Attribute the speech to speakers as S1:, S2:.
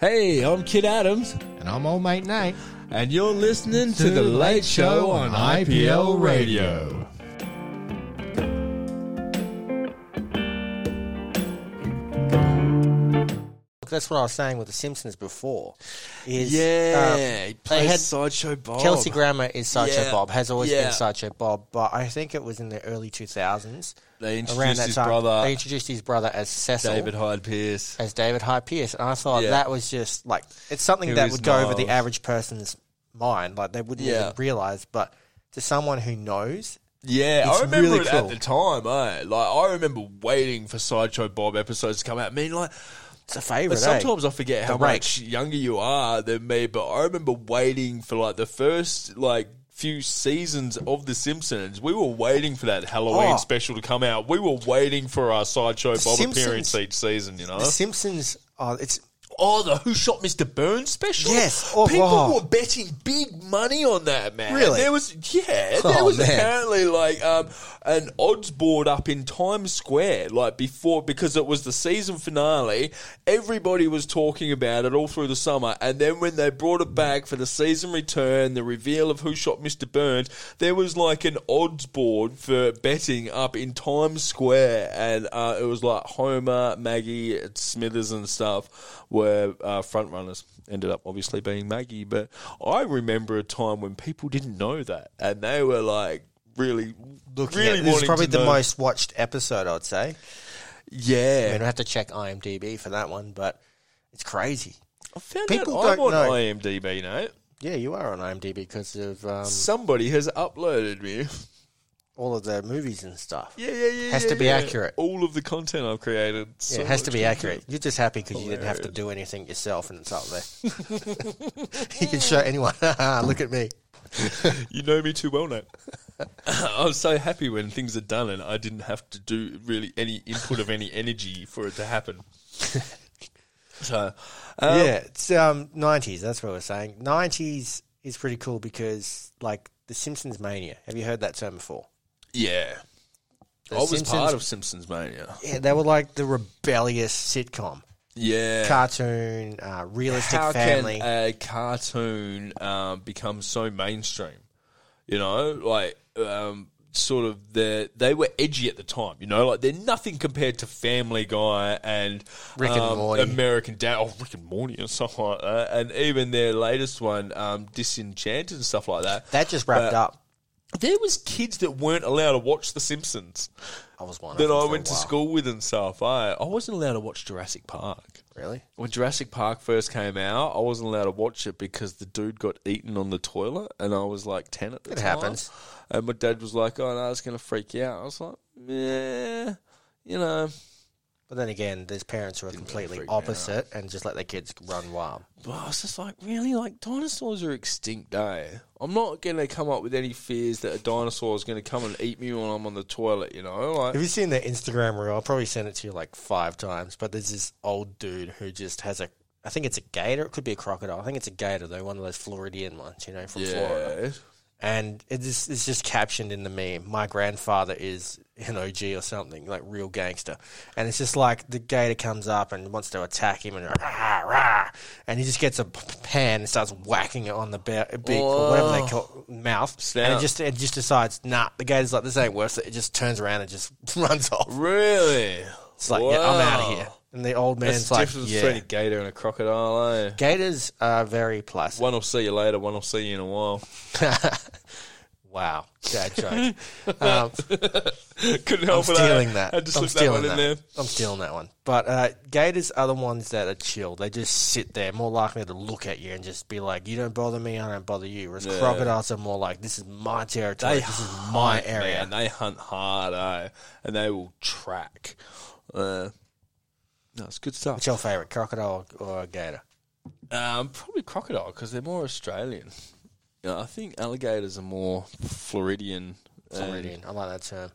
S1: Hey, I'm Kid Adams,
S2: And I'm old mate Nate.
S1: and you're listening to The Late Show on IPL Radio.
S3: That's what I was saying with The Simpsons before. Is,
S1: Yeah, he
S3: um, they
S1: plays
S3: had
S1: Sideshow Bob.
S3: Kelsey Grammer is Sideshow
S1: Yeah.
S3: Bob, has always
S1: Yeah.
S3: been Sideshow Bob, but I think it was in the early 2000s.
S1: They
S3: around
S1: introduced
S3: that
S1: his
S3: time,
S1: brother,
S3: they introduced his brother as Cecil,
S1: David Hyde Pierce.
S3: as David High Pierce, and I thought
S1: Yeah.
S3: that was just like it's something
S1: Who
S3: that
S1: is
S3: would go over the
S1: Miles.
S3: average person's mind, like they wouldn't
S1: Yeah.
S3: even realize. But to someone who knows,
S1: Yeah, I
S3: It's
S1: remember
S3: really
S1: it at
S3: cool.
S1: the time. Eh? Like, I remember waiting for Sideshow Bob episodes to come out. I mean, like,
S3: it's a favorite.
S1: But
S3: eh?
S1: sometimes I forget how
S3: rake.
S1: much younger you are than me. But I remember waiting for like the first like few seasons of The Simpsons. We were waiting for that Halloween
S3: Oh.
S1: special to come out. We were waiting for our sideshow Bob
S3: Simpsons-
S1: appearance each season. You know.
S3: The Simpsons. Oh, it's
S1: Oh, the Who Shot Mr. Burns special?
S3: Yes. Oh,
S1: People
S3: wow.
S1: were betting big money on that, man.
S3: Really?
S1: There was, yeah, there
S3: Oh,
S1: was
S3: man.
S1: apparently like um, an odds board up in Times Square, like before, because it was the season finale. Everybody was talking about it all through the summer. And then when they brought it back for the season return, the reveal of Who Shot Mr. Burns, there was like an odds board for betting up in Times Square. And uh, it was like Homer, Maggie, Smithers, and stuff were uh, front runners. Ended up obviously being Maggie, but I remember a time when people didn't know that, and they were like really,
S3: looking
S1: really
S3: at,
S1: wanting
S3: this is probably
S1: to
S3: the
S1: know.
S3: most watched episode. I'd say. I
S1: Yeah,
S3: mean, I have to check IMDb for that one, but it's crazy.
S1: I found
S3: people
S1: out I'm
S3: don't
S1: on
S3: know.
S1: IMDb now.
S3: Yeah, you are on IMDb because of um,
S1: Somebody has uploaded me.
S3: all of the movies and stuff.
S1: Yeah, yeah, yeah.
S3: Has
S1: yeah,
S3: to be
S1: yeah.
S3: accurate.
S1: All of the content I've created.
S3: Yeah,
S1: so
S3: it has to
S1: much
S3: be
S1: content.
S3: accurate. You're just happy because you didn't have to do anything yourself, and it's up there. you can show anyone. Ah, Look at me.
S1: You know me too well now. I was so happy when things are done and I didn't have to do really any input of any energy for it to happen. so, um,
S3: yeah, it's um, 90s. That's what we're saying. 90s is pretty cool because, like, the Simpsons mania. Have you heard that term before?
S1: Yeah.
S3: The
S1: I Oh, was
S3: Simpsons-
S1: part of Simpsons Mania.
S3: Yeah, they were like the rebellious sitcom,
S1: Yeah.
S3: cartoon, uh, realistic
S1: How
S3: family.
S1: can a cartoon um, become so mainstream? You know, like um, sort of the they were edgy at the time. You know, like they're nothing compared to Family Guy and
S3: Rick and
S1: um,
S3: Morty.
S1: American Dad, oh Rick and Morty and stuff like that, and even their latest one, um, Disenchanted and stuff like that.
S3: that just wrapped
S1: But
S3: up.
S1: There was kids that weren't allowed to watch The Simpsons.
S3: I was one. of
S1: that
S3: them
S1: I
S3: for a
S1: went to
S3: while.
S1: school with and stuff. I I wasn't allowed to watch Jurassic Park.
S3: Really?
S1: When Jurassic Park first came out, I wasn't allowed to watch it because the dude got eaten on the toilet, and I was like ten at the
S3: It
S1: time.
S3: happens.
S1: And my dad was like, "Oh no, it's going to freak you out." I was like, "Yeah, you know."
S3: But then again, there's parents who are completely
S1: freak me out.
S3: opposite and just let their kids run wild.
S1: But I was just like, "Really? Like dinosaurs are extinct, eh? I'm not going to come up with any fears that a dinosaur is going to come and eat me when I'm on the toilet. You know, like."
S3: Have you seen their Instagram reel? I'll probably send it to you like five times. But there's this old dude who just has a, I think it's a gator. It could be a crocodile. I think it's a gator though, one of those Floridian ones, you know, from Florida.
S1: yeah.
S3: And it is, it's just captioned in the meme. My grandfather is an OG or something, like real gangster. And it's just like the gator comes up and wants to attack him and rah, rah, and he just gets a p- pan and starts whacking it on the be- beak or whatever they call mouth. And
S1: Snout.
S3: it just it just decides, nah, the gator's like this ain't worth it. It just turns around and just runs off.
S1: Really?
S3: It's like, yeah, I'm out
S1: Wow.
S3: of here. And the old
S1: That's
S3: man's
S1: the
S3: like,
S1: difference between
S3: yeah.
S1: a gator and a crocodile, eh?
S3: Gators are very plastic.
S1: One will see you later, one will see you in a while.
S3: Wow, dad joke. um,
S1: Couldn't
S3: I'm
S1: help it. eh?
S3: stealing that.
S1: Had to
S3: I'm
S1: slip that
S3: stealing
S1: one in there.
S3: I'm stealing that one. But uh, gators are the ones that are chill. They just sit there, more likely to look at you and just be like, "You don't bother me, I don't bother you." Whereas crocodiles are more like, "This is my territory. this is my area."
S1: Man, they hunt hard, eh? And they will track. Uh, no, it's good stuff.
S3: What's your favorite, crocodile or gator?
S1: Um, probably crocodile because they're more Australian. You know, I think alligators are more Floridian. uh, and-
S3: Floridian. I like that term.